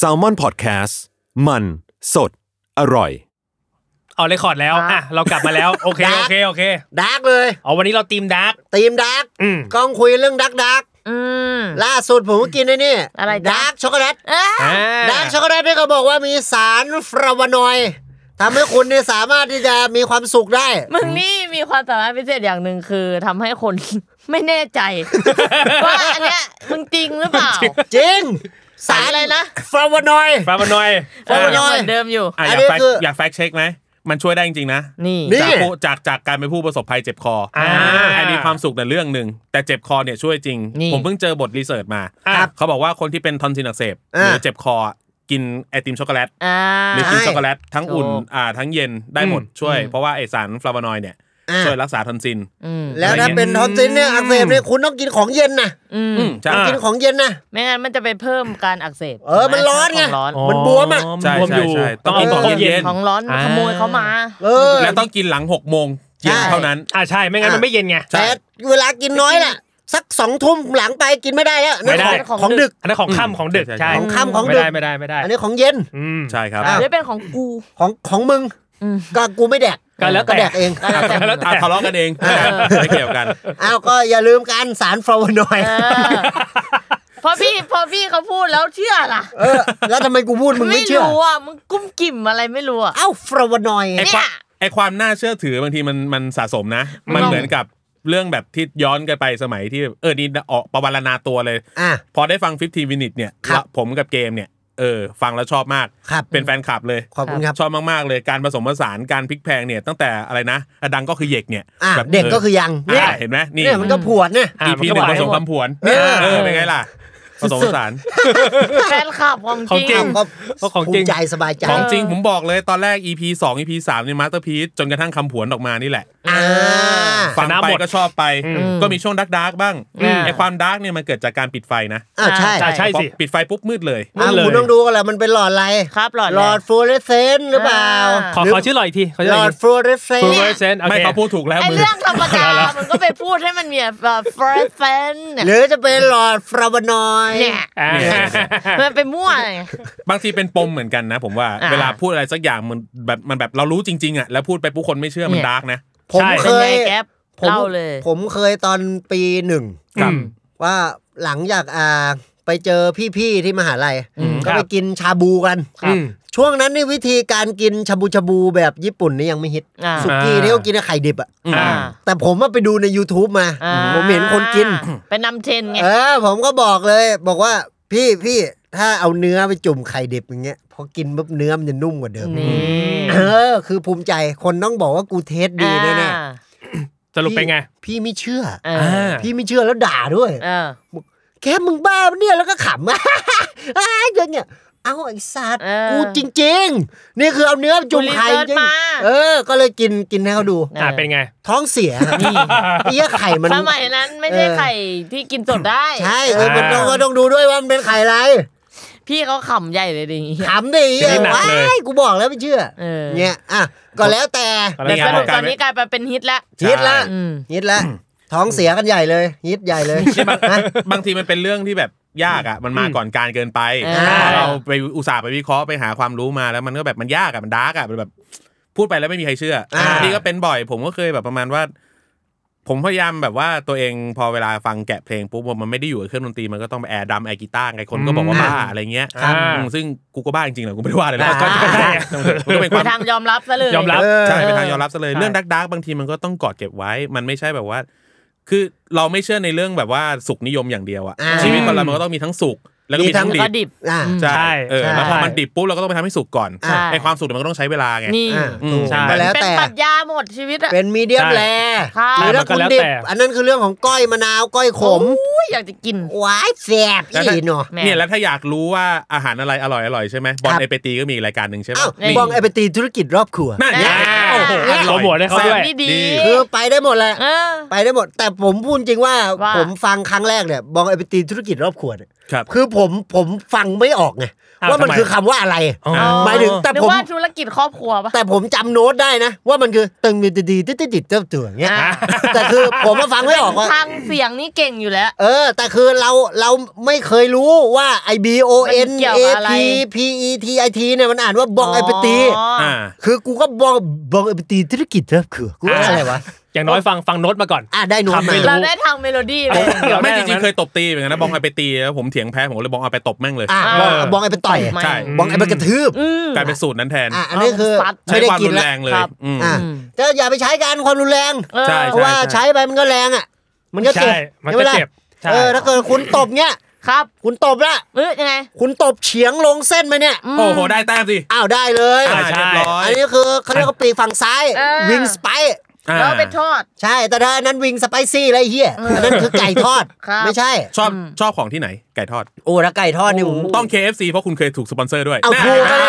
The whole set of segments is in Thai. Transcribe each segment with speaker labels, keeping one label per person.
Speaker 1: s a l m o n PODCAST มันสดอร่อย
Speaker 2: เอาเลยคอร์ดแล้วอ่ะเรากลับมาแล้ว โอเค โอเค โอเค
Speaker 3: ดาร์กเลย
Speaker 2: อ๋อวันนี้เราทีมดาร์ก
Speaker 3: ตีมดาร์ก
Speaker 2: อืม
Speaker 3: กล้องคุยเรื่องดาร์กดาร์ก
Speaker 4: อืม
Speaker 3: ล่าสุดผมก็กินไอ้นี่
Speaker 4: อะไรจ๊ะ
Speaker 3: ดาร์กช็อกโกแลต
Speaker 4: อ่ะ
Speaker 2: อ่า
Speaker 3: ดาร์กช็อกโกแลตนี่เขาบอกว่ามีสารฟลาวานอยด์ทำให้คุณเนี่ยสามารถที่จะมีความสุขได้
Speaker 4: มึงนี่มีความสามารถพิเศษอย่างหนึ่งคือทำให้คน ไม่แน่ใจ ว่าอันเนี้ยมึงจริงหรือเปล่า
Speaker 3: จริง
Speaker 4: สารอะไรนะ
Speaker 3: ฟลาวานอยด์
Speaker 2: ฟาบานอย
Speaker 3: ฟา
Speaker 2: อ่ะ
Speaker 3: โอ้ บ ย
Speaker 4: ยังเหมือนเดิมอยู่
Speaker 2: อ่ะ
Speaker 3: อั
Speaker 2: อน ยา
Speaker 3: นี้
Speaker 2: กแฟก
Speaker 3: คือ
Speaker 2: อยากแฟกเช็คไหมมันช่วยได้จริงๆนะ
Speaker 4: นี่
Speaker 3: นี่
Speaker 5: จากผู้จากจากการเป็นผู้ประสบภัยเจ็บคออาอันนี้ความสุขในะเรื่องหนึ่งแต่เจ็บคอเนี่ยช่วยจริง
Speaker 4: นี่
Speaker 5: ผมเพิ่งเจอบทรีเสิร์ชมา
Speaker 2: ครับ
Speaker 5: เขาบอกว่าคนที่เป็นทอนซิลอักเสบห
Speaker 3: อ่า
Speaker 5: รือเจ็บคอกินไอติมช็อกโกแลต
Speaker 4: อ่า
Speaker 5: หรือกินช็อกโกแลตทั้งอุ่น
Speaker 4: ถูก
Speaker 5: อ่าทั้งเย็นได้หมดช่วย
Speaker 2: อืม
Speaker 5: เพราะว่าไอสารฟลาวานอยด์เนี่ย
Speaker 3: อ่ะ
Speaker 5: ช่วยรักษาทอนซิล
Speaker 4: อืม
Speaker 3: แล้วถ้า
Speaker 5: อะไรเงี้ย
Speaker 3: เป็นทอนซิลเนี่ยอักเสบเนี่ยคุณต้องกินของเย็นนะ
Speaker 4: อืม
Speaker 5: อืมใช่
Speaker 3: ต้องกินของเย็นนะ
Speaker 4: ไม่งั้นมันจะไปเพิ่มการอักเสบ
Speaker 3: เออมันร้อนไง
Speaker 4: ขร้อน
Speaker 3: มันบวมอะ
Speaker 5: ใช่
Speaker 2: บวมอยู่
Speaker 5: ใช่ใช่ต้
Speaker 2: ต้อ
Speaker 5: อง ง
Speaker 2: กิน
Speaker 5: เอา
Speaker 2: ของ
Speaker 5: เย็
Speaker 2: เย็น
Speaker 5: น
Speaker 4: ของร้อน
Speaker 2: อ่า
Speaker 4: ขโมยเขามา
Speaker 3: เออ
Speaker 5: แล้วต้องกินหลังหกโมงเย็น
Speaker 3: ใช่
Speaker 5: เท่านั้น
Speaker 2: อ่าใช่ไม่งั้นมันไม่เย็นไง
Speaker 3: แต่เวลากินน้อยล่ะ สักสองทุ่มหลังไปกินไม่ได้แล้ว
Speaker 2: ไม่ได้
Speaker 3: ของของดึก
Speaker 2: อันนั้นของค่ำของดึก
Speaker 5: ใช่
Speaker 2: ใช่
Speaker 3: ของค่ำของดึก
Speaker 2: ไม่ได้ไม่ได้
Speaker 3: อัน
Speaker 2: ไม่ได้
Speaker 3: นี้ของเย็น
Speaker 2: อืม
Speaker 5: ใช่ครับ
Speaker 3: อ่ะ
Speaker 4: เดี๋ยวเป็นของกู
Speaker 3: ของของมึง
Speaker 4: อืม
Speaker 3: ก็กูไม่แดก
Speaker 2: ก็แล้วแต่
Speaker 3: แดกเอง
Speaker 4: แล้วแต่
Speaker 5: อ่ะทะเลาะกันเองไม่เกี่ยวกัน
Speaker 3: อ้าวก็อย่าลืมการสารฟลาวานอยด์
Speaker 4: เออ พอพี่พอพี่เขาพูดแล้วเชื่อล่ะ
Speaker 3: เออ แล้วทำไมกูพูดมึงไม่เชื่อ
Speaker 4: รู้อ่ะมึงกุ้มกิ่มอะไรไม่รู้อ่ะ
Speaker 3: อ้าวฟลาวานอยด์ไง
Speaker 5: ไอความไอความน่าเชื่อถือบางทีมันมันสะสมนะ มัน
Speaker 4: ลอง
Speaker 5: เหมือนกับเรื่องแบบที่ย้อนกันไปสมัยที่เออนี่ออกประวัลนาตัวเลย
Speaker 3: อ่ะ
Speaker 5: พอได้ฟัง 15 minutes เนี่ย
Speaker 3: ครับ
Speaker 5: ละผมกับเกมเนี่ยเออฟังแล้วชอบมาก
Speaker 3: ครับ
Speaker 5: เป็นแฟนคลับเลย
Speaker 3: ขอบคุณครับ
Speaker 5: ชอบมากๆเลยการผสมผสานการพลิกแพลงเนี่ยตั้งแต่อะไรนะอดังก็คือเหยกเนี่ย
Speaker 3: อ่ะ
Speaker 5: แบบ
Speaker 3: เด็กก็คือยัง
Speaker 5: เนี่
Speaker 3: เนี่ย
Speaker 5: ยเห็นไหมนี่
Speaker 3: เนี่ยมันก็ผวดเนี่ย
Speaker 2: อ่ะ
Speaker 5: EP
Speaker 2: มั
Speaker 5: ห
Speaker 2: นก็
Speaker 5: นึ่ง
Speaker 2: ไหว
Speaker 5: ผสมคำผวน
Speaker 3: เออ
Speaker 5: เออเป็นไงล่ะ ผสมผสาน
Speaker 4: แฟนคลับของ
Speaker 2: ของ
Speaker 4: จ
Speaker 2: จริ
Speaker 4: ริ
Speaker 2: ง
Speaker 4: ง
Speaker 3: ก็
Speaker 2: ก็ของ
Speaker 3: ภู
Speaker 2: จริง
Speaker 3: มิใจสบายใจ
Speaker 5: ของจริงผมบอกเลยตอนแรก EP 2 EP 3เนี่ยมาสเตอร์พีจนกระทั่งคำผวนออกมานี่แหละ
Speaker 3: อ่า
Speaker 5: ฟัง
Speaker 2: ชนะ
Speaker 5: ไป
Speaker 2: หมด
Speaker 5: ก็ชอบไป
Speaker 2: อื
Speaker 4: ม
Speaker 5: ก็มีช่วงดักดักบ้าง
Speaker 2: อืม
Speaker 5: ไอความดักเนี่ยมันเกิดจากการปิดไฟนะ
Speaker 3: อ่าใช่
Speaker 2: ใช่ใช่
Speaker 5: พอ
Speaker 2: สิ
Speaker 5: ปิดไฟปุ๊บมืดเลย
Speaker 2: นั่
Speaker 3: อ่าน
Speaker 2: เลย
Speaker 3: คุณต้องดูกันแหละมันเป็นหลอดอะไร
Speaker 4: ครับหลอดอะไร
Speaker 3: หลอดฟลูออเรสเซนต์หรือเปล่า
Speaker 4: อ่า
Speaker 2: ขอ
Speaker 3: หรื
Speaker 2: ขอชื่อหน่อยอีกทีขอชื่อ
Speaker 3: หล
Speaker 2: ห
Speaker 3: อ
Speaker 2: น่อ
Speaker 3: ด
Speaker 2: ยอีก
Speaker 3: ฟลูออเรสเซน
Speaker 2: ที
Speaker 3: ต์
Speaker 2: ฟเซนโอ
Speaker 5: ไม่
Speaker 2: เค
Speaker 5: เขาพูดถูกแล้ว
Speaker 4: ไอ
Speaker 5: มือ
Speaker 4: เรื่องธรรมดา มันก็ไปพูดให้มันมีแบบเฟรนเฟน
Speaker 3: หรือจะเป็นหลอดฟลาวานอยด์
Speaker 4: เนี่ย
Speaker 2: อ่า
Speaker 4: มันไปมั่วไง
Speaker 5: บางทีเป็นปมเหมือนกันนะ ผมว่า
Speaker 4: อ่า
Speaker 5: เวลาพูดอะไรสักอย่างมันแบบมันแบบเรารู้จริงๆอ่ะแล้วพูดไปผู้คนไม่เชื่อมันดาร์กนะ
Speaker 3: ผม
Speaker 2: ใช่
Speaker 3: เค
Speaker 4: เป็นไง
Speaker 3: ย
Speaker 4: แก๊ป
Speaker 3: ผม
Speaker 4: เล่าเลย
Speaker 3: ผมเคยตอนปีหนึ่ง
Speaker 5: ครับ
Speaker 2: อืม
Speaker 3: ว่าหลังจากอ่าไปเจอพี่ๆที่มหาลัย
Speaker 5: อืม
Speaker 3: ก็
Speaker 2: ค
Speaker 3: ไป
Speaker 2: รับ
Speaker 3: กินชาบูกัน
Speaker 2: อืม
Speaker 3: ช่วงนั้นนี่วิธีการกินชาบูชาบูแบบญี่ปุ่นนี่ยังไม่ฮิต
Speaker 4: อ่า
Speaker 3: สุกี้นี่ก็กินกับไข่ดิบอะ
Speaker 5: อืม
Speaker 4: อ่า
Speaker 3: แต่ผมว่าไปดูใน YouTube มา
Speaker 4: อ่า
Speaker 3: ผมเห็นคนกิน
Speaker 4: เป็นนำเทรนไง
Speaker 3: เออผมก็บอกเลยบอกว่าพี่พี่ถ้าเอาเนื้อไปจุ่มไข่ดิบอย่างเงี้ยพอกินปุ๊บเนื้อมันจะนุ่มกว่าเดิม
Speaker 4: นี่
Speaker 3: เออคือภูมิใจคนต้องบอกว่ากูเทสดีแน่
Speaker 4: อ่า
Speaker 2: สรุปเป็นไง
Speaker 3: ๆพี่ไม่เชื่อ
Speaker 4: เอ
Speaker 2: อ่
Speaker 4: อา
Speaker 3: พี่ไม่เชื่อแล้วด่าด้วย
Speaker 4: เออ
Speaker 3: แค่มึงบ้าปะเนี่ยแล้วก็ขำ อ่ะ อย่างเงี้ยเอาไอ้สัตว์
Speaker 4: เออ
Speaker 3: กูจริง ๆ นี่คือเอาเนื้อจุ่มไข่
Speaker 4: กูรีเสิ
Speaker 3: จริ
Speaker 4: ร์
Speaker 3: ง
Speaker 4: ชมา
Speaker 3: เออ ก็เลยกินกินให้เขาดู
Speaker 2: อ่าเป็นไง
Speaker 3: ท้องเสียครับเอี้ยไข่มัน
Speaker 4: สมัยนั้นไม่ใช่
Speaker 3: เออ
Speaker 4: ไข่ที่กินสดได้
Speaker 3: ใช่เออมันต้อง
Speaker 2: อ่า
Speaker 3: ก็ต้องดูด้วยว่ามันเป็นไข่อะไร
Speaker 4: พี่เขาขำใหญ่เลยดิ
Speaker 3: ขำดิ
Speaker 2: ทีนี้หนัก
Speaker 3: ว้า
Speaker 2: เลย
Speaker 3: ยกูบอกแล้วไม่เชื่อ
Speaker 4: เออ
Speaker 3: เงี้ยอ่ะก็แล้วแต่
Speaker 2: อะไร
Speaker 4: แต่
Speaker 2: เงี้
Speaker 4: ส
Speaker 2: ย
Speaker 4: รุปตอนนี้กลายไปเป็นฮิตแล้ว
Speaker 3: ฮิตละ
Speaker 4: อืม
Speaker 3: ฮิตละท้องเสียกันใหญ่เลยฮิตใหญ่เลยนะ
Speaker 5: บางทีมันเป็นเรื่องที่แบบยากอ่ะมันมาก่อนการเกินไป
Speaker 4: อ่า
Speaker 5: ถ้าเราไปอุตส่าห์ไปวิเคราะห์ไปหาความรู้มาแล้วมันก็แบบมันยากอ่ะมันดาร์กอ่ะมันแบบ พูดไปแล้วไม่มีใครเชื่ออา นี่ก็เป็นบ่อย ผมก็เคยแบบประมาณว่า ผมพยายามแบบว่าตัวเองพอเวลาฟังแกะเพลงปุ๊บมันไม่ได้อยู่กับเครื่องดนตรีมันก็ต้องไปแอร์ดรัมแอร์กีตาร์ไงคนก็บอกว่าบ้าอะไรเงี้ย
Speaker 2: ครับ
Speaker 5: อืมซึ่งกูก็บ้าจริงๆแหละกูไม่ได้ว่าเลยนะ
Speaker 3: อ่า
Speaker 5: ก็ใช่ก็เป็นค
Speaker 4: ไป
Speaker 5: วาม
Speaker 4: ทางยอมรับซะเลย
Speaker 2: ยอมรับ
Speaker 3: เออ
Speaker 5: ใช่เป็นทางยอมรับซะเลย
Speaker 2: ใช่
Speaker 5: เรื่องดักดักบางทีมันก็ต้องกอดเก็บไว้ มันไม่ใช่แบบว่า คือเราไม่เชื่อในเรื่องแบบว่าสุขนิยมอย่างเดียวอะ
Speaker 3: อ่า
Speaker 5: ชีวิตคนเรามันก็ต้องมีทั้งสุข แล้วก็มีทั้งดิ
Speaker 4: แล้วก็
Speaker 5: บ
Speaker 4: ดิบ
Speaker 3: อ่า
Speaker 5: ใช่เออ
Speaker 3: ใช่
Speaker 5: แล้วพอมันดิบปุ๊บเราก็ต้องไปทำให้สุกก่อน
Speaker 4: ใช่
Speaker 5: ไอความสุกเนี่ยมันก็ต้องใช้เวลาไง
Speaker 4: นี่
Speaker 3: อ่า
Speaker 5: อืม
Speaker 3: ถูก
Speaker 2: ใช่
Speaker 3: ก็แล้ว
Speaker 4: เป็น
Speaker 3: แต่
Speaker 4: ปรัชญาหมดชีวิตอะ
Speaker 3: เป็นมีเดียม
Speaker 2: ใช่
Speaker 3: แร
Speaker 4: ค่ะ
Speaker 3: หรือถ้า
Speaker 2: มันก็
Speaker 3: คุณ
Speaker 2: แล้ว
Speaker 3: ดิบ
Speaker 2: แต่
Speaker 3: อันนั้นคือเรื่องของก้อยมะนาวก้อยขม
Speaker 4: โอ้ยอยากจะกิน
Speaker 3: หวายแสบ
Speaker 5: แล้ว
Speaker 3: อี
Speaker 5: ถ้า
Speaker 3: เนาะ
Speaker 4: แม่
Speaker 5: เนี่ยแล้วถ้าอยากรู้ว่าอาหารอะไรอร่อยอร่อยใช่ไหมบอล
Speaker 3: ครับ
Speaker 5: เอเปตีก็มีอีกรายการหนึ่งใช่ไหม
Speaker 3: อ้าว
Speaker 4: นี่
Speaker 3: บองไอไปตีธุรกิจรอบครัว
Speaker 5: นั่นไงโอ้โหอ
Speaker 2: โปร
Speaker 5: ร่อย
Speaker 2: โมทให้เขาด้วย
Speaker 4: นี่ดี
Speaker 3: คือไปได้หมดแหละ
Speaker 4: เออ
Speaker 3: ไปได้หมด แต่ผมพูดจริงว่า
Speaker 4: ว่า
Speaker 3: ผมฟังครั้งแรกเนี่ยบองไอไปตีธุรกิจรอบครัวเนี่ย
Speaker 5: ครับ
Speaker 3: คือผมผมฟังไม่ออกไง
Speaker 2: อ้าว
Speaker 3: ว่ามัน
Speaker 2: ทำไม
Speaker 3: คือคำว่าอะไร
Speaker 5: อ๋อ
Speaker 3: หมายถึงแต่
Speaker 4: นึก
Speaker 3: ผม
Speaker 4: ว่าธุรกิจครอบครัวปะ
Speaker 3: แต่ผมจำโน้ตได้นะ ว่ามันคือตึงดีดีติดติดเจ้าตัวอย่างเงี้ย
Speaker 4: อ่า
Speaker 3: แต่คือผมมาฟังไม่ออกว่า
Speaker 4: ทางเสียงนี่เก่งอยู่แล้ว
Speaker 3: เออ แต่คือเราเราไม่เคยรู้ว่า I B O
Speaker 4: มั
Speaker 3: N
Speaker 4: นเกี่ยว
Speaker 3: A
Speaker 4: กับอะไร
Speaker 3: P P E T I T เนี่ยมันอ่านว่าบองไอปตี
Speaker 5: อ่า
Speaker 3: คือกูก็บองบองไอปตีธุรกิจเถอะคือกูว่า
Speaker 2: อ่า
Speaker 3: อะไรวะ
Speaker 2: อย่างน้อยฟังฟังโน้ตมาก่อน
Speaker 3: อ่ะได้โน้ต
Speaker 2: คำไม่
Speaker 3: มา
Speaker 4: เราได้ทางเมโลดี้เลย
Speaker 2: เรา
Speaker 5: ไม่
Speaker 2: ได้
Speaker 5: จริง
Speaker 2: นะ
Speaker 5: ๆเคยตบตีเหมือนกันนะบองไอไปตีแล้วผมเถียงแพ้ผมก็เลยบองเอาไปตบแม่งเลย
Speaker 3: อ่ะ
Speaker 4: อ่า
Speaker 3: บองบองไอ้ไปต่อย
Speaker 4: ไม่
Speaker 5: ใช่
Speaker 3: บองไอ้ไปกระทืบ
Speaker 4: อืม
Speaker 5: กลายเป็นสูตรนั้นแทน
Speaker 3: อ่ะอันนี้คือ
Speaker 4: เอาซัด
Speaker 5: ใช้
Speaker 3: ไม่ได้
Speaker 5: ความ
Speaker 3: กิน
Speaker 5: รุน
Speaker 3: แล้ว
Speaker 5: แรงเลย
Speaker 4: ครับ
Speaker 5: อืม
Speaker 3: อ่ะก็อย่าไปใช้การความรุนแรง
Speaker 4: เออ
Speaker 5: ใช่
Speaker 3: เพราะว่าใช้ไปมันก็แรงอ่ะ มันก็เจ็บ
Speaker 2: ใช่มันก็เจ็บ
Speaker 3: ใช่ไหมล่ะเออถ้าเกิดคุณตบเนี้ย
Speaker 4: ครับ
Speaker 3: คุณตบละ
Speaker 4: เอ้ยยังไง
Speaker 3: คุณตบเฉียงลงเส้นไปเนี่ย
Speaker 4: ม
Speaker 5: โอ้โห ได้แต้มสิ
Speaker 3: อ้าวได้เลย
Speaker 5: อ่า
Speaker 2: ใช่
Speaker 5: เรียบร้อย
Speaker 3: อันนี้คือเขาเรียกว่าปีกฝั่งซ้าย
Speaker 4: เออ
Speaker 3: วิงสไปซ์
Speaker 5: อ่า
Speaker 4: แล้วเป็นทอด
Speaker 3: ใช่แต่ถ้าอันนั้นวิงสไปซี่อะไรเฮียอันนั้นคือไก่ทอด
Speaker 4: ครับ
Speaker 3: ไม่ใช่
Speaker 5: ชอบชอบของที่ไหน ไก่ทอด
Speaker 3: โอ้แล้วไก่ทอดนี่ผม
Speaker 5: ต้อง KFC เพราะคุณเคยถูกสปอนเซอร์ด้วย
Speaker 3: เอา
Speaker 5: แน่
Speaker 3: ถูกก็ได้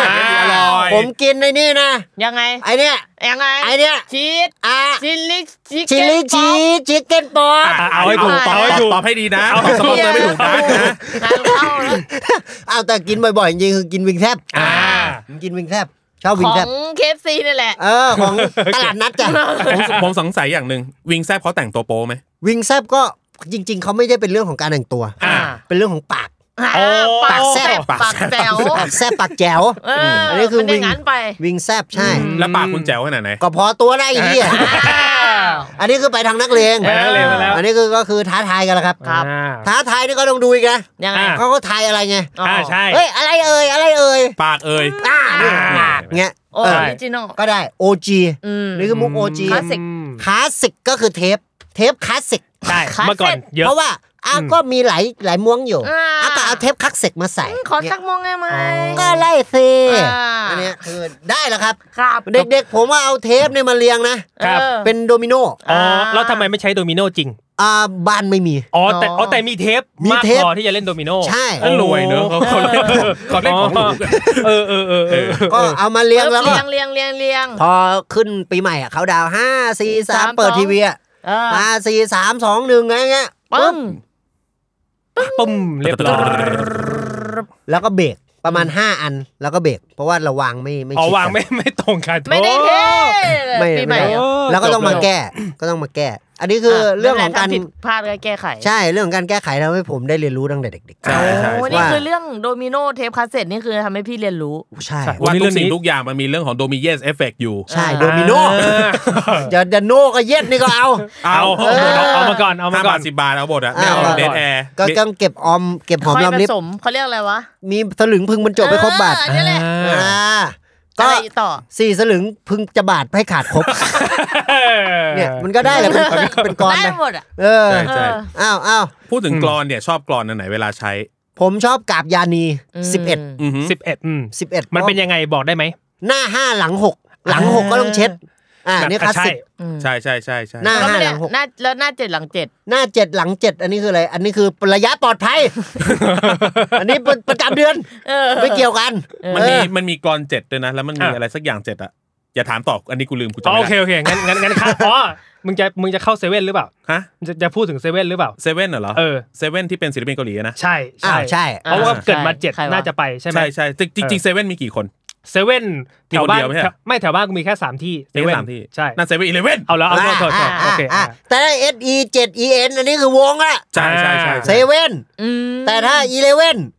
Speaker 5: อ่าอร่อย
Speaker 3: ผมกินในนี่นะ
Speaker 4: ยังไง
Speaker 3: ไอเนี้ย
Speaker 4: ยังไง
Speaker 3: ไอเนี้ย
Speaker 4: ชีส
Speaker 3: อ่ะ
Speaker 4: ชิลลี่ชิค
Speaker 3: ชิลลี่ชีสชิคเก้นป๊อป
Speaker 5: อ่ะ
Speaker 2: เอาให้ถูกเอาให้ถูก
Speaker 5: ตอบให้ดีนะตอบสปอนเซอร์ไม่ถูกนะนะ
Speaker 4: ทางเข้านะ
Speaker 3: อ้าวแต่กินบ่อยๆจริงๆคือกินวิงแทบ
Speaker 5: อ่า
Speaker 3: ผมกินวิงแทบชอบวิ
Speaker 4: ข
Speaker 3: ง
Speaker 4: อ
Speaker 3: แทบ
Speaker 4: งเคฟซีนี่แหละ
Speaker 3: เออของตลาดนัดจ้ะ
Speaker 5: ผมผมสงสัยอย่างหนึ่งวิงแซบเขาแต่งตัวโป้ไหม
Speaker 3: วิงแทบก็จริง ๆ เขาไม่ได้เป็นเรื่องของการแต่งตัว
Speaker 5: อ่า
Speaker 3: เป็นเรื่องของปาก
Speaker 2: โอ้
Speaker 4: ปากแซ่บ
Speaker 3: ปากแซ่
Speaker 4: ปาก
Speaker 3: บ
Speaker 4: แจ๋ว
Speaker 3: ปากแซบปากแจ๋ว
Speaker 4: เออ
Speaker 3: อั
Speaker 4: อั
Speaker 3: นนี้คือวิ่ง
Speaker 4: งั้นไป
Speaker 3: วิงแซบใช่
Speaker 5: แล้วปากคุณแจ๋วขนาดไหน
Speaker 3: ก็พอตัวได้ไอ้เหี้ย
Speaker 4: อ้าว
Speaker 3: อันนี้คือไปทางนักเลง
Speaker 2: ไปทางนักเลงไปแล้ว
Speaker 3: อันนี้คือก็คือท้าทายกันแหละครับ
Speaker 2: อ่า
Speaker 3: ท้าทายนี่ก็ต้องดูอีกนะ
Speaker 4: ยังไง
Speaker 2: อ่ะ
Speaker 3: เขาก็ทายอะไรไง
Speaker 2: อ่าใช่
Speaker 3: เฮ้ยอะไรเอ่ยอะไรเอ่ย
Speaker 5: ปากเอ่ย
Speaker 3: อ่านี่
Speaker 5: อ่า
Speaker 3: เงี้ย
Speaker 4: โอ้อ
Speaker 3: เอ
Speaker 4: อ
Speaker 3: อ
Speaker 4: ริจินอล
Speaker 3: ก็ได้ OG
Speaker 4: อืม
Speaker 3: นี่คือมุก OG
Speaker 4: คลาสสิก
Speaker 3: คลาสสิกก็คือเทป เทปคลาสสิก
Speaker 2: ใช่
Speaker 4: คลาส
Speaker 2: เมื่อก่อนเยอะ
Speaker 3: เพราะว่าอ่ะ
Speaker 2: อืม
Speaker 3: ก็มีหลายหลายม้วงอยู่
Speaker 4: อ่า
Speaker 3: อ่ะก็เอาเทปคลาสสิกมาใส่
Speaker 4: ขอสักมองได้ไหม
Speaker 3: เนี่ยก็ไล่สิ
Speaker 4: อ่า
Speaker 3: อันเนี้ยคือได้แล้วครับ
Speaker 4: ครับ
Speaker 3: เด็กๆ ผมว่าเอาเทปเนี่ยมาเรียงนะ
Speaker 2: ครับ
Speaker 4: ออ
Speaker 3: เป็นโดมิโน
Speaker 2: อ๋ออา แล้วทำไมไม่ใช้โดมิโนจริง
Speaker 3: อ่าบ้านไม่มี
Speaker 2: อ๋อแต่
Speaker 4: อ๋ออ๋
Speaker 2: อ๋อแต่มีเทป
Speaker 3: มี
Speaker 2: มาก
Speaker 3: เทป
Speaker 2: พอที่จะเล่นโดมิโน
Speaker 3: ใช่
Speaker 2: โอ้
Speaker 5: รวยเนอะเขาเขาเล่นของเขาเล่นของถูก
Speaker 2: เออเออเออเออ
Speaker 3: ก็เอามาเรียงแล้วก็
Speaker 4: เรียงเรียงเรียง
Speaker 3: พอขึ้นปีใหม่อ่ะเขาดาวห้าสี่สาม
Speaker 4: สาม
Speaker 3: เปิด
Speaker 4: สอง
Speaker 3: ทีวีอ่ะ
Speaker 4: เออ
Speaker 3: มาสี่สามสองหนึ่งอะไรเงี้ย
Speaker 4: ปึ้ง
Speaker 2: ปุ่มเรียบร้อย
Speaker 3: แล้วก็เบรกประมาณ 5 อันแล้วก็เบรกเพราะว่าเราวางไม่ไม่
Speaker 2: อ๋อ
Speaker 3: ชิด
Speaker 2: วาง
Speaker 3: กัน
Speaker 2: ไม่ไม่ตรงกัน
Speaker 4: ไม่ได้เทเลย
Speaker 3: ไม่
Speaker 4: ปีใหม่
Speaker 3: ไม่
Speaker 4: อะ
Speaker 3: ได้ แล้วก็ต้องมาแก้ ก็ต้องมาแก้ อันนี้คือเรื่องของกา
Speaker 4: ะ
Speaker 3: ร
Speaker 4: ไม่เป็นไทำผิดพลาดก็แก้ไข
Speaker 3: ใช่เรื่องของการแก้ไขทำให้ผมได้เรียนรู้ตั้งแต่เด็ก
Speaker 5: ใช่ใช่
Speaker 4: โอ้
Speaker 5: ใช่
Speaker 4: นี่
Speaker 3: ว่า
Speaker 4: คือเรื่องโดมิโนเทปคาสเซ็ตนี่คือทำให้พี่เรียนรู้
Speaker 3: ๆ ใช่
Speaker 5: ว่าทุกสิ่งทุกอย่างมันมีเรื่องของโดมิเยสเอฟเฟกอยู่
Speaker 3: ใช่โดมิโนจะจะโนก็เย็ดนี่ก็เอา
Speaker 2: เอาเอาเอาเอามาก่อนเอามาก่อบ
Speaker 5: ห้าาน ทสิบบาทเอาหมดอะไม่เอา
Speaker 3: เอา
Speaker 5: เดนแอร์
Speaker 3: ก็ต้องเก็บออมเก็บหอม
Speaker 4: ค่อย
Speaker 3: รอม
Speaker 4: ผ
Speaker 3: ริบ
Speaker 4: สมเขาเรียกอะไรวะ
Speaker 3: มีสลึงพึงบรรจบไปครบบาท
Speaker 4: เอออันนี้แหละ
Speaker 3: อ่า
Speaker 4: ก็
Speaker 3: ก็
Speaker 4: ต่อ
Speaker 3: สี่สลึงพึงจะบาทให้ขาดครบ เนี่ยมันก็ได้แหละเป็นเป็นกรอน
Speaker 4: ได้
Speaker 3: ไป
Speaker 4: หมดอ่ะ
Speaker 3: เออ
Speaker 5: ใช่ใช่
Speaker 3: อ้าวอ้าว
Speaker 5: พูดถึงกรอนเนี่ยชอบกรอนอันไหนเวลาใช้
Speaker 3: ผมชอบกาบยานี 11
Speaker 5: อือหือ
Speaker 2: สิบเอ็ดอืม
Speaker 3: 11
Speaker 2: มันเป็นยังไงบอกได้ไหม
Speaker 3: หน้าห้าหลังหกหลังหกก็ต้องเช็ด อ่า
Speaker 2: แบบ
Speaker 3: นี่คลาสสิก
Speaker 2: อ่ะ
Speaker 4: อืม
Speaker 5: ใช่ใช่ใช่ใช่
Speaker 3: หน้า
Speaker 4: แล้วไม่ได้
Speaker 3: ห้ลังหก
Speaker 4: หน้าแล้วหน้าเจ็ดหลังเจ็ด
Speaker 3: หน้าเจ็ดหลังเจ็ดอันนี้คืออะไร อันนี้คือระยะปลอด ภัย อันนี้เป็นประจำเดือน
Speaker 4: เออ
Speaker 3: ไม่เกี่ยวกัน
Speaker 5: มันมี
Speaker 3: เออ
Speaker 5: มันมีกรอนเจ็ดด้วยนะ แล้วมันมี
Speaker 2: อ่ะ
Speaker 5: อะไรสักอย่างเจ็ดอะอย่าถามต่ออันนี้กูลืมกูจำ
Speaker 2: อ๋อ
Speaker 5: ไม่
Speaker 2: โอเค
Speaker 5: ได้
Speaker 2: โอเคงั้นงั้นงั้นครับอ๋อมึงจะมึงจะเข้าเซเว่นหรือเปล่า
Speaker 5: ฮะ
Speaker 2: จะจะพูดถึงเซเว่นหรือเปล่า
Speaker 5: เซเว่นเหรอ
Speaker 2: เออ
Speaker 5: เซเว่นที่เป็นศิลปินเกาหลีอะนะ
Speaker 2: ใช่
Speaker 3: อ้าวใช่
Speaker 2: เพราะว่าเกิดมาเจ็ด
Speaker 4: ใครวะ
Speaker 2: น่าจะไปใช่ไหม
Speaker 5: ใช่จริงจริงๆเซเว่นมีกี่คน
Speaker 2: เซเว่นแถวบ้าน
Speaker 5: มีคนเดียวไหมฮะ
Speaker 2: แถวไม่แถวบ้านกูมีแค่สามที่
Speaker 5: มีแค่สามที่
Speaker 2: ใช่
Speaker 5: นั่นเซเว่นอีเลเว่น
Speaker 2: เอาแล้วเอาแล้วโทษโทษโอเค
Speaker 3: อ่า
Speaker 2: อ่ะ
Speaker 3: แต่ถ้า S E 7 E N อันนี้คือวงอะ
Speaker 5: ใช่ใช่ใช่
Speaker 3: เซเว่น
Speaker 4: อืม
Speaker 3: แต่ถ้า 11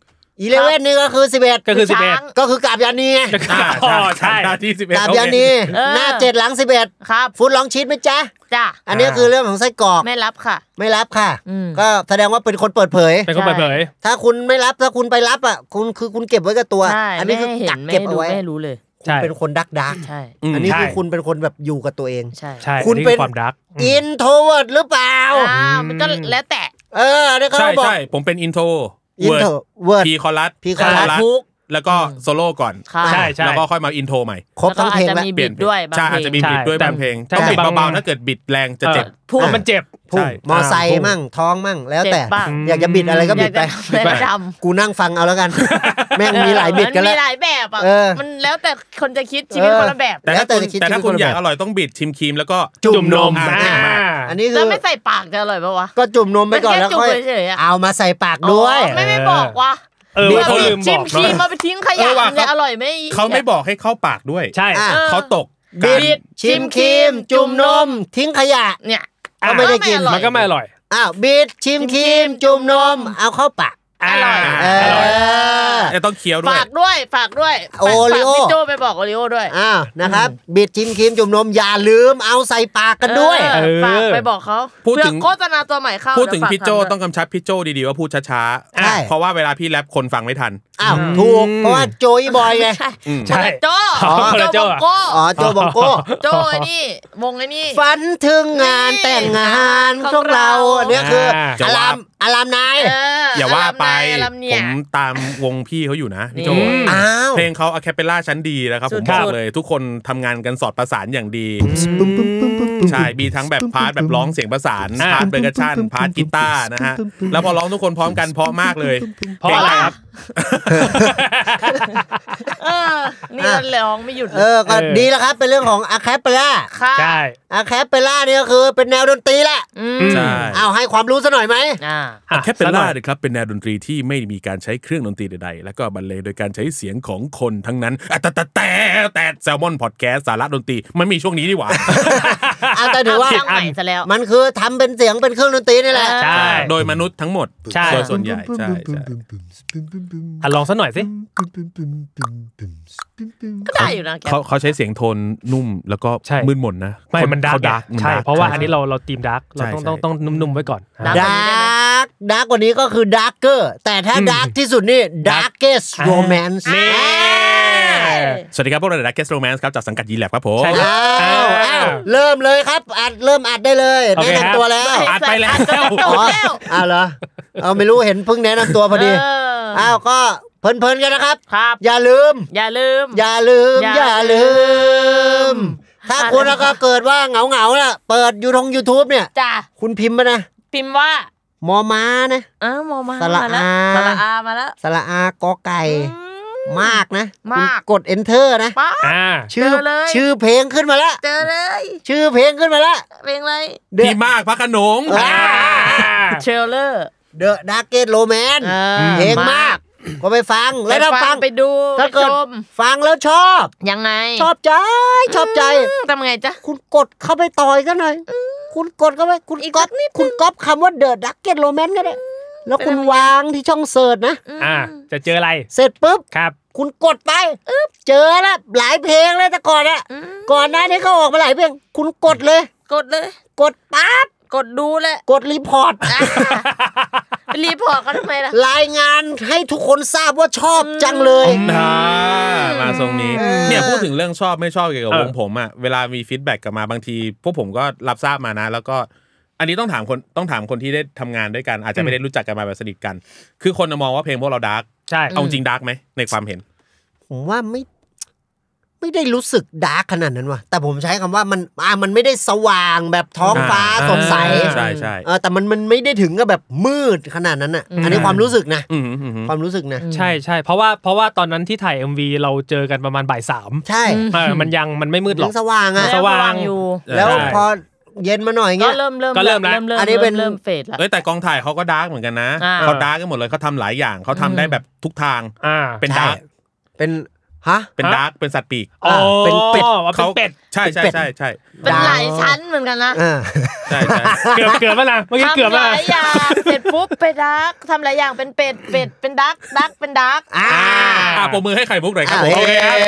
Speaker 3: 11นี่ก็คือ 11
Speaker 2: ก็คือสิบเอ็ด
Speaker 4: ช้าง
Speaker 3: ก็คือกาบยานีไง
Speaker 5: อ่า
Speaker 2: อ๋อใช่
Speaker 5: หน้าที่สิบเอ็ด
Speaker 3: กาบยานี
Speaker 4: เออ
Speaker 3: หน้าเจ็ดหลังสิบเอ็ด
Speaker 4: ครับ
Speaker 3: ฟุตลองชีสไหมจ๊ะ
Speaker 4: จ้ะ
Speaker 3: อันนี้คือเรื่องของไส้กรอก
Speaker 4: ไม่รับค่ะ
Speaker 3: ไม่รับค่ะ
Speaker 4: อืม
Speaker 3: ก็แสดงว่าเป็นคนเปิดเผย
Speaker 2: เป็นคนเปิดเผย
Speaker 3: ถ้าคุณไม่รับถ้าคุณไปรับอ่ะคุณคือคุณเก็บไว้กับตัว
Speaker 4: ใช่
Speaker 3: อั
Speaker 4: ไม่
Speaker 3: นี้คือ
Speaker 4: ให้เห็
Speaker 3: กั
Speaker 4: น
Speaker 3: ก
Speaker 4: ไม่
Speaker 3: เก็บ
Speaker 4: ให้
Speaker 3: เอา
Speaker 4: รู้
Speaker 3: ไว้
Speaker 4: ไม่ให้รู้เลย
Speaker 3: คุณเป็นคนดักดัก
Speaker 4: ใช่
Speaker 5: อืม
Speaker 3: อันนี้คือ
Speaker 2: ใช่
Speaker 3: คุณเป็นคนแบบอยู่กับตัวเอง
Speaker 4: ใช่
Speaker 2: ใช่
Speaker 3: คุณเป็น
Speaker 2: อัความดัก
Speaker 3: อินโทรเวิร์ดหรือเปล่า
Speaker 4: อ้าวมันก็แล้วแต่
Speaker 3: เอออันนี้เขา
Speaker 5: ใช่
Speaker 3: บอก
Speaker 5: ใช่ผมเป็นอินโทร
Speaker 3: อินโทรเวิร์ด
Speaker 5: พีคอรัส
Speaker 3: P chorus
Speaker 4: ทุก
Speaker 5: แล้วก็โซโล่ก่อน
Speaker 4: ค่ะ
Speaker 2: ใช่ใช่
Speaker 5: แล้วก็ค่อยมาอินโทรใหม่
Speaker 3: ครบทั้งเพลง
Speaker 4: แล้วก็อาจจะมี
Speaker 3: แล้ว
Speaker 4: บิดด้วยบาง
Speaker 5: ใช่
Speaker 4: เพลง
Speaker 5: อาจจะมีบิดด้วย
Speaker 2: ใช่
Speaker 5: บางเพลง
Speaker 2: แต่
Speaker 5: ต้องบิด
Speaker 2: บาง
Speaker 5: เบาๆถ้าเกิดบิดแรงจะเจ็บ
Speaker 2: พุ่งมันเจ็บ
Speaker 5: ใช่
Speaker 3: มอไซค์
Speaker 2: อ่า
Speaker 3: มั่งท้องมั่งแล้ว
Speaker 4: เจ็บ
Speaker 3: แต่
Speaker 4: บ้าง
Speaker 3: อยากจะบิดอะไรก็
Speaker 4: อ
Speaker 3: บิ
Speaker 4: ยา
Speaker 3: ด
Speaker 4: ก
Speaker 3: ไป
Speaker 4: จะทำอะไรก็ท
Speaker 3: กูนั่งฟังเอา แล้วกัน แม่ง
Speaker 4: ำ
Speaker 3: มีหลายบิดกันแล้ว
Speaker 4: มัมีหลายแบบอ่ะ
Speaker 3: เออ
Speaker 4: มันแล้วแต่คนจะคิดชีวิตคนละแบบ
Speaker 5: แต่
Speaker 3: แล้ว
Speaker 5: ถ้า
Speaker 3: แต่
Speaker 5: คุณ
Speaker 3: จะคิด
Speaker 5: แต่ถ้า
Speaker 3: ชีวิต
Speaker 5: คุณ
Speaker 3: คนละ
Speaker 5: อยาก
Speaker 3: แบบ
Speaker 5: อร่อยต้องบิดชิมครีมแล้วก็
Speaker 2: จุ่มนม
Speaker 5: อ่า
Speaker 2: อ่า
Speaker 3: อันนี้คื
Speaker 4: แล้ว
Speaker 3: อ
Speaker 4: ไม่ใส่ปากจะอร่อยปะวะ
Speaker 3: ก็จุ่มนมไปก่อน
Speaker 4: มันแค่
Speaker 3: แล้วค่อย
Speaker 4: จุ่มเฉยๆอะ
Speaker 3: เอามาใส่ปากด้วย
Speaker 4: อ๋อไม่ไม่บอกว่า
Speaker 2: เออเขาลืมบ
Speaker 4: จิ้
Speaker 2: อ
Speaker 4: ม
Speaker 2: ก
Speaker 4: ครีม
Speaker 2: เน
Speaker 4: มา
Speaker 2: อะ
Speaker 4: ไปทิ้งข
Speaker 5: เอย
Speaker 4: ะ
Speaker 5: อว่ะ
Speaker 4: มันจะอร่อยไหม
Speaker 5: เขาไม่บอกให้เข้าปากด้วย
Speaker 2: ใช่
Speaker 3: อ่ะ
Speaker 5: เขาตก
Speaker 3: บิ
Speaker 5: กัน
Speaker 3: ดชิมครีม จุ่มนม ทิ้งขยะ
Speaker 4: เนี่ย
Speaker 3: ก็ไม่ได้กิน
Speaker 4: อร่อย
Speaker 2: มันก็ไม่อร่อย
Speaker 3: อ้าวบิดชิมครีม จุ่มนม เอาเข้าปาก
Speaker 2: อร่อย
Speaker 3: เอ
Speaker 5: ร่อย
Speaker 3: อ
Speaker 5: จะต้องเคี้ยวด้วย
Speaker 4: ฝากด้วยฝากด้วย
Speaker 3: โอริโอ
Speaker 4: ฝากพี่โจไปบอกโอริโอด้วย
Speaker 3: อ้าวนะครับบิดชิมครีม จุ่มนมอย่าลืมเอาใส่ปากกันด้วย
Speaker 4: เออ
Speaker 2: เออ
Speaker 4: ฝากไปบอกเขา
Speaker 5: พูดถึง
Speaker 4: เพื่อโฆษณาตัวใหม่เข้า
Speaker 5: พูดถึง
Speaker 4: เยวฝาก
Speaker 5: พี่โจ
Speaker 4: ทำด้วย
Speaker 5: ต้องกำชับพี่โจดีๆว่าพูดช้า
Speaker 3: ใช่
Speaker 5: ๆเพราะว่าเวลาพี่แรปคนฟังไม่ทัน
Speaker 3: อ้าวถูกเพราะว่าโจยบอยไง
Speaker 2: ใช่
Speaker 4: โจ
Speaker 2: อ๋อคนละโจ้
Speaker 4: โจ
Speaker 2: อะ
Speaker 4: โก้
Speaker 3: อ๋อโจบอกโก้
Speaker 4: โจไอ้นี่วงไอ้นี่
Speaker 3: ฝันถึงงานแต่งงานของเราเนี่ยคือ
Speaker 2: อ่า
Speaker 3: อารามอารามนาย
Speaker 4: เอออย่
Speaker 5: อาว่าไป
Speaker 4: อลัม
Speaker 5: ผ
Speaker 4: เนี่ย
Speaker 5: มตามวงพี่เขาอยู่นะพี่โจ
Speaker 2: นี่
Speaker 3: อ้าว
Speaker 5: เพลงเขาอะแคปเปล่าชั้นดีนะครับผม
Speaker 4: สุดๆ
Speaker 5: บอกเลย ทุกคนทำงานกันสอดประสานอย่างดี ใช่มีทั้งแบบพาร์ทแบบร้องเสียงประสาน
Speaker 2: อ่า
Speaker 5: พาร์ทเบรกชั่นพาร์ทกีตาร์นะฮะแล้วพอร้องทุกคนพร้อมกันเพราะมากเลย
Speaker 2: เพราะอะ
Speaker 5: พล
Speaker 2: ไร
Speaker 5: ง
Speaker 2: ครับ
Speaker 4: เออ นี่มันร้องไม่หยุดเล
Speaker 3: เอย อ ก็
Speaker 2: เออ
Speaker 3: ดีแล้วครับ เป็นเรื่องของอะแคปเปล่า
Speaker 4: ค่ะ
Speaker 2: ใช่
Speaker 3: อะแคปเปล่าเนี่ยก็คือเป็นแนวดนตรีแหละ
Speaker 4: อืม
Speaker 5: ใช่
Speaker 3: เอาให้ความรู้ซะหน่อยไหม
Speaker 4: อ่า
Speaker 5: อะแคปเปล่าเนี่ยครับเป็นแนวดนตรีที่ไม่มีการใช้เครื่องดนตรีใดๆ แล้วก็บรรเลงโดยการใช้เสียงของคนทั้งนั้นอะแต่แต่แต่แต่แซลมอนพอดแคสสาระดนตรีมันมีช่วงนี้ดีหว่า
Speaker 3: เอาแต่ถือว่า
Speaker 4: ตั้งใหม่ซะแล้ว
Speaker 3: มันคือทำเป็นเสียงเป็นเครื่องดนตรีนี่แหละ
Speaker 4: เออ
Speaker 2: ใช่
Speaker 5: โดยมนุษย์ทั้งหมด
Speaker 2: ใช่
Speaker 5: โดยส่วนใหญ่ใช่ใช่
Speaker 2: อ่ะลองซะหน่อยสิ
Speaker 4: ก็ได้อยู่นะแก
Speaker 5: เขาเขาใช้เสียงโทนนุ่มแล้วก็
Speaker 2: ใช่
Speaker 5: มืดมนนะ
Speaker 2: ไม่มันดัก
Speaker 5: เขาดักมัน
Speaker 2: ใช่
Speaker 5: ดาร์ก
Speaker 2: เพราะว่าอันนี้เราเราทีมดักเราต้อง
Speaker 5: ใช่
Speaker 2: ต้องต้องนุ่มๆไว้ก่อน
Speaker 3: ดาร์กดาร์กกว่านี้ก็คือดาร์กเกอร์ แต่ถ้าดาร์กที่สุดนี่ดาร์กเกสโรแมนส์
Speaker 2: นี่
Speaker 5: สวัสดีครับพวกเราดักเกสโรแมนส์ครับจากสังกัดยีแลบครับผม
Speaker 2: ใช่
Speaker 3: อ้าวอ้าวเริ่มเลยครับ อัดเริ่มอัดได้เลย
Speaker 2: โอเค
Speaker 3: แนะครับ นำตัวแล้ว
Speaker 5: อัดไปแล้ว
Speaker 4: อัด
Speaker 3: อ๋
Speaker 4: ไป
Speaker 3: อ
Speaker 4: แล้ว
Speaker 3: อ้าวเหรอเอาไม่รู้เห็นเพิ่งแนะนำตัวพอดี
Speaker 4: เออ
Speaker 3: อ้าวก็เพลินๆกันนะครับ
Speaker 4: ครับ
Speaker 3: อย่าลืม
Speaker 4: อย่าลืม
Speaker 3: อย่าลืม
Speaker 4: อย่า
Speaker 3: อย่าลืม
Speaker 4: ม
Speaker 3: ถ้าคุณแล้วก็เกิดว่าเหงาเหงาๆน่ะ เปิดยูทง YouTube เนี่ย
Speaker 4: จ้ะ
Speaker 3: คุณพิมพ์มานะ
Speaker 4: พิมพ์ว่าม
Speaker 3: อม้านะ
Speaker 4: อ้าวมอมา
Speaker 3: สระ
Speaker 4: มาแล้ว
Speaker 3: อา
Speaker 4: สระอามาแล้ว
Speaker 3: สระอากอไก่ มากนะ
Speaker 4: มาก
Speaker 3: คุณกด Enter นะ
Speaker 4: ป้า
Speaker 2: อ่า
Speaker 3: ชื่อ
Speaker 4: เจอเลย
Speaker 3: ชื่อเพลงขึ้นมาแล้ว
Speaker 4: เจอเลย
Speaker 3: ชื่อเพลงขึ้นมาแล้ว
Speaker 4: เพลงอะไร
Speaker 3: The
Speaker 5: พี่มากพระขนง
Speaker 3: อ่า
Speaker 4: เชลเลอร์
Speaker 3: The Dark Gate Romance
Speaker 4: เออ
Speaker 3: เพลง
Speaker 4: มาม
Speaker 3: าก ก ก็ไปฟัง แล้วถ้าฟัง
Speaker 4: ไปดูไป
Speaker 3: ถ้าเกิด
Speaker 4: ชม
Speaker 3: ฟังแล้วชอบ
Speaker 4: ยังไง
Speaker 3: ชอบใจ ชอบใจ
Speaker 4: ทำไงจ๊ะ
Speaker 3: คุณกดเข้าไปต่อยกันหน่อย คุณกดเข้าไป คุณก๊อปคุณก๊อปคำว่าเดอะดักเก็ตโรแมนต์ก็ได้ แล้วคุณวางที่ช่องเสิร์ชนะ
Speaker 2: อ่า จะเจออะไร
Speaker 3: เสร็จปุ๊บ
Speaker 2: ครับ
Speaker 3: คุณกดไปเจอละหลายเพลงเลยแต่ก่อนอะ
Speaker 4: อืม
Speaker 3: ก่อนหน้านี้เขาออกมาหลายเพลง คุณกดเลย
Speaker 4: กดเลย
Speaker 3: กดปั๊บ
Speaker 4: กดดูเลย
Speaker 3: กดรีพอร์ต
Speaker 4: อ่ะไปรีพอร์ตเขาทำไมล่ะ
Speaker 3: รายงานให้ทุกคนทราบว่าชอบจังเลย
Speaker 5: นะมาทรงนี้
Speaker 3: เออ
Speaker 5: เนี่ยพูดถึงเรื่องชอบไม่ชอบเกี่ยวกับ
Speaker 2: เอ
Speaker 5: ว
Speaker 2: อ
Speaker 5: งผมอ่ะเวลามีฟีดแบ็กกลับมาบางที พวกผมก็รับทราบมานะ แล้วก็อันนี้ต้องถามคนต้องถามคนที่ได้ทำงานด้วยกัน อาจจะไม่ได้รู้จักกันมาแบบสนิทกัน คือคนน่ะมองว่าเพลงพวกเราดาร์ก
Speaker 2: ใช่
Speaker 5: เอาจริงดาร์กไหมในความเห็น
Speaker 3: ผมว่าไม่ไม่ได้รู้สึกดาร์กขนาดนั้นว่ะแต่ผมใช้คำว่ามันอ่ะมันไม่ได้สว่างแบบท้องฟ้า
Speaker 5: อ่า
Speaker 3: สดใส
Speaker 5: ใช่ใช่
Speaker 3: เออแต่มันมันไม่ได้ถึงกับแบบมืดขนาดนั้นอ่ะ อันนี้ความรู้สึกนะ
Speaker 5: อืมอืมอืม
Speaker 3: ความรู้สึกนะ
Speaker 2: ใช่ใช่เพราะว่าเพราะว่าตอนนั้นที่ถ่าย MV เราเจอกันประมาณบ่ายสาม
Speaker 3: ใช่
Speaker 2: เออมันยังมันไม่มืดหร
Speaker 3: ยั
Speaker 2: อก
Speaker 3: งสว่างอ่ะ
Speaker 2: สว่าง
Speaker 4: อยู่
Speaker 3: แล้ว
Speaker 2: ใช่
Speaker 3: พอเย็นมาหน่อย
Speaker 4: ก็
Speaker 3: เงี้ย
Speaker 4: เริ่มเริ่ม
Speaker 2: ก็เริ่มแล้ว
Speaker 4: เริ่ม
Speaker 3: อันนี้เป็น
Speaker 4: เริ่มเฟดแล้ว
Speaker 5: เอ้ยแต่กองถ่ายเขาก็ดาร์กเหมือนกันนะ
Speaker 4: อ่า
Speaker 5: เขาดาร์กกันหมดเลยเขาทำหลายอย่างเขาทำได้แบบทุกทาง
Speaker 2: อ่า
Speaker 5: เป็นดาร์ก
Speaker 3: ใช่เป็นฮะ
Speaker 5: เป็น
Speaker 2: ฮะ
Speaker 5: ดาร์กเป็นสัตว์ปีก
Speaker 2: อ๋อ
Speaker 3: เป็นเป็ด
Speaker 2: อาเป็นเป็ด
Speaker 5: ใช่ใช่ใช่ใช่
Speaker 4: เป็น
Speaker 3: ดาว
Speaker 4: หลายชั้นเหมือนกันนะ
Speaker 3: อ่า
Speaker 5: ใช่ใช่
Speaker 2: เกือบเกือบแล้วนะเมื่อกี้เกือบ
Speaker 4: ทำห
Speaker 2: แล้วนะ
Speaker 4: ลายอย่างเสร็จปุ๊บเป็นดักทำหลายอย่างเป็นเป็ดเป็ดเป็นดักดักเป็นดัก
Speaker 3: อ่า
Speaker 5: อ่ะปรบมือให้ไข่มุกหน่อยครับผม
Speaker 3: อ่ะ
Speaker 5: โอเคครับ
Speaker 3: เ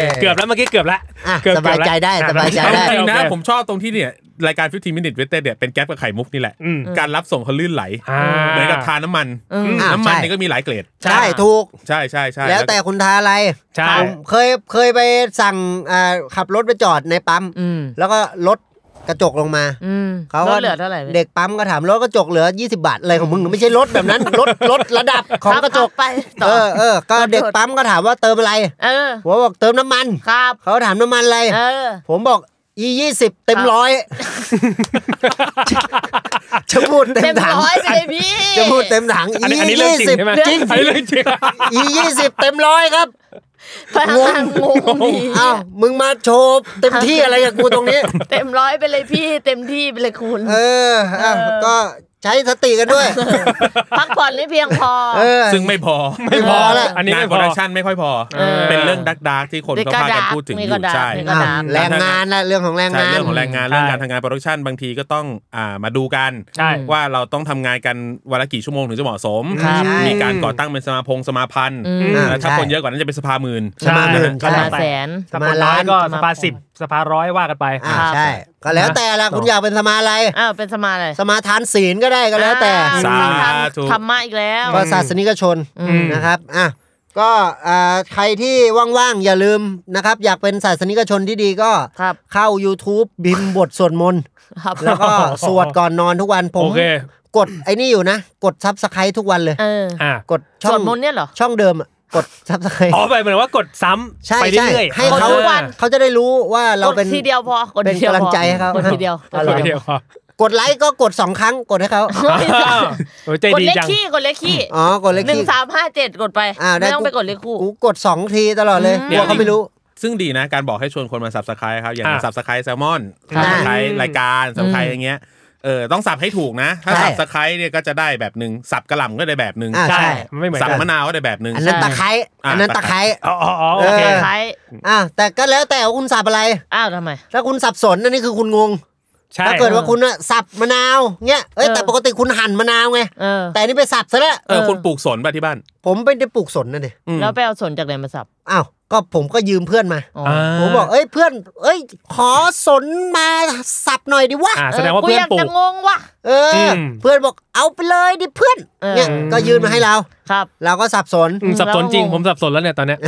Speaker 3: ย้
Speaker 2: เกือบแล้วเมื่อกี้เกือบแล้ว
Speaker 3: อ่ะ
Speaker 2: เกือบ
Speaker 3: สบายใจได้ส
Speaker 2: เกือบแล้ว
Speaker 3: บายใจ
Speaker 5: เอา
Speaker 3: ได้
Speaker 5: จริงนะ
Speaker 2: โอเค
Speaker 5: ผมชอบตรงที่เนี่ย รายการ 15 minute w e t เนี่ยเป็นแก๊ปกับไข่มุกนี่แหละ
Speaker 2: อืม
Speaker 5: การรับส่งเขาลื่นไหล
Speaker 2: อ่า
Speaker 5: เหมือนกับทาน้ำมัน
Speaker 3: อ่า
Speaker 5: น้ำมัน
Speaker 3: ใช่
Speaker 5: เนี่ยก็มีหลายเกรด
Speaker 3: ใช่ถูก
Speaker 5: ใช่ใช่ใช่
Speaker 3: แล้วแต่คุณทาอะไร
Speaker 2: ใช่
Speaker 3: ผมเคยเคยไปสั่งอ่าขับรถไปจอดในปั๊ม
Speaker 4: อืม
Speaker 3: แล้วก็รถ กระจกลงมา
Speaker 4: อืม
Speaker 3: เขา
Speaker 4: ล
Speaker 3: ก็
Speaker 4: ดเหลือเท่าไหร่
Speaker 3: เด็กปั๊มก็ถามรถกระจกเหลือ 20 บาทอะไรของมึงไม่ใช่รถแบบนั้น รถรถระดับของกระจก
Speaker 4: ไปต่อ
Speaker 3: เออเออก็เด็กปั๊มก็ถามว่าเติมอะไร
Speaker 4: เออ
Speaker 3: ผมบอกเติมน้ำมัน
Speaker 4: ครับ
Speaker 3: เขาถามน้ำมันอะไร
Speaker 4: เออ
Speaker 3: ผมบอกอียี่สิบเต็ม
Speaker 4: ครับ
Speaker 3: ร้อยจะพูดเต็ม
Speaker 4: เต็ม
Speaker 3: ถัง
Speaker 4: ร้อยไปเลยพี่
Speaker 3: จะพูดเต็มถัง
Speaker 2: อันนี้อันนี้เรื่องจริงใช่ไหม
Speaker 3: จริง
Speaker 2: อันนี้เรื่องจริง
Speaker 3: อียี่สิบเต็มร้อย ครับ
Speaker 4: พลังงานงงดี
Speaker 3: อ้าวมึงมาโชว์เต็มที่อะไรกับกูตรงนี้
Speaker 4: เต็มร้อยไปเลยพี่ เต็มที่ไปเลยคุณ
Speaker 3: เอออ่ะ
Speaker 4: เออ
Speaker 3: ก็ใช้สติกัน ด้วย
Speaker 4: พักผ่อนไม่เพียงพอ
Speaker 3: เออ
Speaker 5: ซึ่งไม่พอ
Speaker 3: ไม่พอละ
Speaker 2: อันนี้
Speaker 5: งา
Speaker 2: ไม่
Speaker 5: น
Speaker 2: พอ
Speaker 5: โปรดักชันไม่ค่อยพอ
Speaker 4: เออ
Speaker 5: เป็นเรื่องดักดักที่คนเขาพากันพูดถึงอยู่ใช่
Speaker 4: นี่ก็
Speaker 3: อ้า
Speaker 4: ดั
Speaker 3: ว
Speaker 4: ง
Speaker 3: แรงงานละเรื่องของแรง
Speaker 5: ใช่
Speaker 3: งาน
Speaker 5: เรื่องของแรงงาน
Speaker 2: ใช่
Speaker 5: เรื่องการทำงานโปรดักชันบางทีก็ต้องอ่ามาดูกัน
Speaker 2: ใช่
Speaker 5: ว่าเราต้องทำงานกันวันละกี่ชั่วโมงถึงจะเหมาะสม
Speaker 3: ครับใช่
Speaker 5: มีการก่อตั้งเป็นสมาพงสมาพันธ์
Speaker 4: อืม
Speaker 5: แล้วถ้า
Speaker 3: ใช่
Speaker 5: คนเยอะกว่านั้นจะเป็นสภาหมื่น
Speaker 3: สมาหมื่น
Speaker 2: ก็
Speaker 3: ใช่
Speaker 2: แล้ว
Speaker 4: สา
Speaker 2: แต่
Speaker 4: แสน
Speaker 2: สมาร้อยก็
Speaker 4: ส
Speaker 2: ส
Speaker 4: มาพั
Speaker 2: ภาน สิบสภาร้อยว่ากันไป
Speaker 3: อ่า
Speaker 4: ครับ
Speaker 3: ใช่ ก็แล้วแต่ละคุณอยากเป็นสมาอะไร
Speaker 4: อ้าวเป็นสมาเลย
Speaker 3: สมาทานศีลก็ได้ก็แล้วแต่
Speaker 5: สาธุ
Speaker 4: ธรรมะอีกแล้ว
Speaker 3: ก็ศาสนิกชน
Speaker 4: อืม
Speaker 3: นะครับ อ่ะ ก็อ่าใครที่ว่างๆ อย่าลืมนะครับ อยากเป็นศาสนิกชนที่ดีก็
Speaker 4: ครับ
Speaker 3: เข้า YouTube บิมบทสวดมนต์
Speaker 4: ครับ
Speaker 3: แล้วก็สวดก่อนนอนทุกวันผม
Speaker 2: โอเค
Speaker 3: กดไอ้นี่อยู่นะ กดซับสไครต์ทุกวันเลย
Speaker 4: เออ
Speaker 2: อ่ะ
Speaker 3: กดช่อ
Speaker 4: ส
Speaker 3: ง
Speaker 4: วดมนต์เนี่ยเหรอ
Speaker 3: ช่องเดิมอะกดซับสไครต์
Speaker 2: อ๋อไปเหมือนว่ากดซ้ำ
Speaker 3: ใช่
Speaker 2: ไป
Speaker 3: ใช่
Speaker 2: เรื่อยๆ
Speaker 3: ให้เขา
Speaker 2: ออ
Speaker 4: วัน
Speaker 3: เขาจะได้รู้ว่าเราเป็น
Speaker 4: กดทีเดียวพอกด
Speaker 3: เป็น
Speaker 4: ทีดียว
Speaker 3: กำลัง
Speaker 4: พอ
Speaker 3: ใจให้เขา
Speaker 4: กดทีเดียว
Speaker 3: เอา
Speaker 2: ก
Speaker 3: ละ
Speaker 2: ดเดียวพอก
Speaker 3: ดไลค์ก็กดสองครั้งกดให้เขา
Speaker 2: อ้าวโอ้ยใจ
Speaker 4: กด
Speaker 2: ดี
Speaker 4: เลข
Speaker 2: จัง
Speaker 4: ขี้กดเลขขี้
Speaker 3: อ๋อกดเลข
Speaker 4: หนึ่ง
Speaker 3: ที่
Speaker 4: สามห้าเจ็ดกดไป
Speaker 3: อ่าได้
Speaker 4: ไม่ต้องไปกดเลขคู่
Speaker 3: กูกดสองทีตลอดเลย
Speaker 4: อืม
Speaker 3: กลัวเขาไม่รู้
Speaker 5: ซึ่งดีนะการบอกให้ชวนคนมาสับสไครครับอย่าง
Speaker 2: อ่ะ
Speaker 5: สับสไครแซลมอน
Speaker 3: อ่า
Speaker 5: สับสไครรายการสับสไครอย่างเงี้ยเออต้องสับให้ถูกนะ ถ้า
Speaker 3: ใช่
Speaker 5: สับสไครเนี่ยก็จะได้แบบหนึ่งสับกระหล่ำก็ได้แบบหนึ่ง
Speaker 3: อ่า
Speaker 2: ใช่
Speaker 3: ใช่
Speaker 2: มันไม่เหมือน
Speaker 5: สับ
Speaker 2: กัน
Speaker 5: มะนาวก็ได้แบบหนึ่ง
Speaker 3: อันนั้นตะไคร้
Speaker 5: อ่า
Speaker 3: อันนั้นตะไคร้
Speaker 2: อ๋ออ๋ออ๋อโอเค
Speaker 3: เออ
Speaker 4: คล้าย
Speaker 3: อ่าแต่ก็แล้วแต่ว่าคุณสับอะไร
Speaker 4: อ้าวทำไม
Speaker 3: ถ้าคุณสับสนอันนี้คือคุณงง
Speaker 2: ใช่
Speaker 3: ถ้าเกิดว่าคุณน่ะสับมะนาวเงี้ยเอ้ย
Speaker 4: เออ
Speaker 3: แต่ปกติคุณหั่นมะนาวไง
Speaker 4: เออ
Speaker 3: แต่อันนี่ไปสับซะแล้ว
Speaker 5: เออคุณปลูกสนป่ะที่บ้าน
Speaker 3: ผมเป็นได้ปลูกสนนั่นเอง
Speaker 5: อืม
Speaker 4: แล้วไปเอาสนจากไหนมาสับ
Speaker 3: อ้าวก็ผมก็ยืมเพื่อนมา
Speaker 4: อ๋อ
Speaker 2: อ่า
Speaker 3: ผมบอกเอ้ยเพื่อน เอ้ย ขอสนมาสับหน่อยดิวะ
Speaker 2: อ่าแสดงว่าเพื่อนปลู
Speaker 4: ย
Speaker 2: ก
Speaker 4: จะงงว่ะ
Speaker 3: เอออ
Speaker 2: ม
Speaker 3: เพื่อนบอกเอาไปเลยดิเพื่อน
Speaker 4: เออ
Speaker 3: เนี่ยก็ยื่นมาให้เรา
Speaker 4: ครับ
Speaker 3: เราก็สับสน
Speaker 2: อืมสับสนจริง
Speaker 4: แล้วก็งง
Speaker 2: ผมสับสนแล้วเนี่ยตอนเนี้ย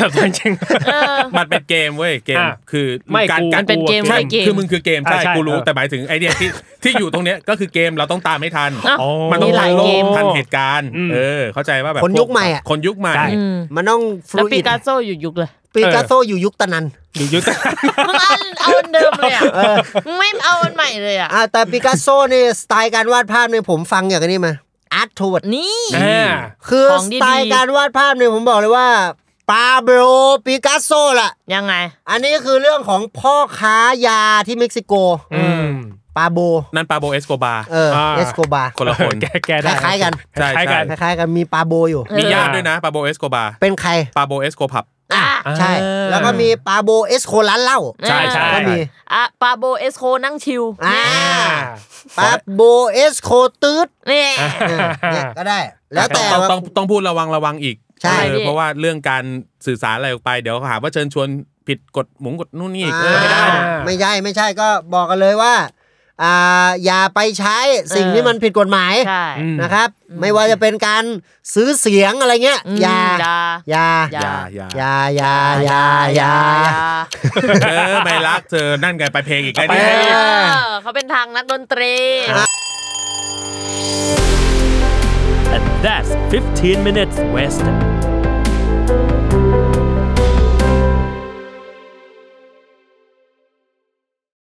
Speaker 2: สับสนจริง
Speaker 4: เออ
Speaker 5: มันเป็นเกมเว้ยเกม
Speaker 2: อ่ะ
Speaker 5: คือ
Speaker 2: ไม่
Speaker 5: การ
Speaker 2: กู
Speaker 5: การ
Speaker 2: มันเป็นเกม
Speaker 5: ใช่
Speaker 4: ไม่เกม
Speaker 5: คือมึงคือเกม
Speaker 2: อ่ะ
Speaker 5: ใช่
Speaker 2: ใช่
Speaker 5: กูรู้
Speaker 2: เออ
Speaker 5: แต่หมายถึงไอเดียที่ ที่อยู่ตรงเนี้ยก็คือเกมเราต้องตามให้ทัน
Speaker 4: อ้าว
Speaker 2: อ๋อ
Speaker 5: มันต้อง
Speaker 4: มี
Speaker 5: ทั
Speaker 4: หลาน ย
Speaker 5: โล
Speaker 4: เก
Speaker 5: ก
Speaker 4: ม
Speaker 5: ทันเหตุการณ์
Speaker 2: อืม
Speaker 5: เออ เข้าใจว่าแบบ
Speaker 3: คนยุคใหม่อ่ะ
Speaker 5: คนยุคใหม่
Speaker 2: ใช่
Speaker 4: อืม
Speaker 3: มันต้องฟ
Speaker 4: แล้ว
Speaker 3: ลู
Speaker 4: ปี
Speaker 3: อิด
Speaker 4: กาโซอยู่ยุคเลย
Speaker 3: ปีกัสโซอยู่ยุคตะนัน
Speaker 2: อยู่ยุทธ
Speaker 4: มึงเอาเอาอันเดิมเลยอ่ะมึงไม่เอาอันใหม่เลยอ่ะ
Speaker 3: อ่าแต่ปีกัสโซนี่สไตล์การวาดภาพเนี่ยผมฟังอย่างนี้มาอาร์ตทวด
Speaker 4: นี่
Speaker 2: อ่า
Speaker 3: คือ
Speaker 4: ของ
Speaker 3: ส
Speaker 4: ดีๆ
Speaker 3: ไตล์การวาดภาพเนี่ยผมบอกเลยว่าปาโบรปีกัสโซล่ะ
Speaker 4: ยังไง
Speaker 3: อันนี้คือเรื่องของพ่อค้ายาที่เม็กซิโก
Speaker 2: อืม
Speaker 3: ปาโบ
Speaker 5: นั่นปาโบเอสโกบา
Speaker 3: เอออา เอสโกบา
Speaker 5: คนละคน
Speaker 2: แกแกได้
Speaker 3: คล้ายๆกัน
Speaker 5: ใช่
Speaker 2: คล้ายๆกั
Speaker 5: ใช่
Speaker 2: น
Speaker 3: คล้ายๆกันมีปาโบอยู่
Speaker 4: เออ
Speaker 5: มีญาติด้วยนะปาโบเอสโกบา
Speaker 3: เป็นใคร
Speaker 5: ปาโบเอสโกผับ
Speaker 3: อ่ะ
Speaker 2: อ่า
Speaker 3: ใช่ แล้วก็มีปาโบเอสโคลันเหล่า
Speaker 2: ใช่ใช่
Speaker 3: ก็มี
Speaker 4: อ่ะปาโบเอสโคนั่งชิว
Speaker 3: อ่า
Speaker 2: อ่า
Speaker 3: ปาโบเอสโคตืด
Speaker 4: นี่
Speaker 3: เนี่ยเนี่ยก็ได้ แล้วแต่
Speaker 5: ต้อง
Speaker 3: ว่า
Speaker 5: ต้องต้องพูดระวังระวังอีก
Speaker 3: ใช่
Speaker 5: เออ
Speaker 4: พี่
Speaker 5: เพราะว่าเรื่องการสื่อสารอะไรออกไปเดี๋ยวหาว่าเชิญชวนผิดกฎหมุงกฎนู่นนี่อีกเออไม่ได้
Speaker 3: อ่าไม่ใช่ไม่ใช่ก็บอกกันเลยว่าอ่าอย่าไปใช้สิ่งที่มันผิดกฎหมาย
Speaker 4: ใช่
Speaker 3: นะครับ ไม่ว่าจะเป็นการซื้อเสียงอะไรเงี้ย
Speaker 4: อืม
Speaker 3: อย่า
Speaker 4: อย่า
Speaker 3: อย่า
Speaker 4: อ
Speaker 5: อย่
Speaker 4: า
Speaker 5: ย่าอย่า
Speaker 3: อย่าอย่าอย่าอย่า
Speaker 5: เออไม่รักเธอนั่นไงไปเพลงอีกแล้ว
Speaker 2: ไป
Speaker 5: เนี่ย
Speaker 4: เออเขาเป็นทางนักดนตรี
Speaker 6: and that's 15 minutes west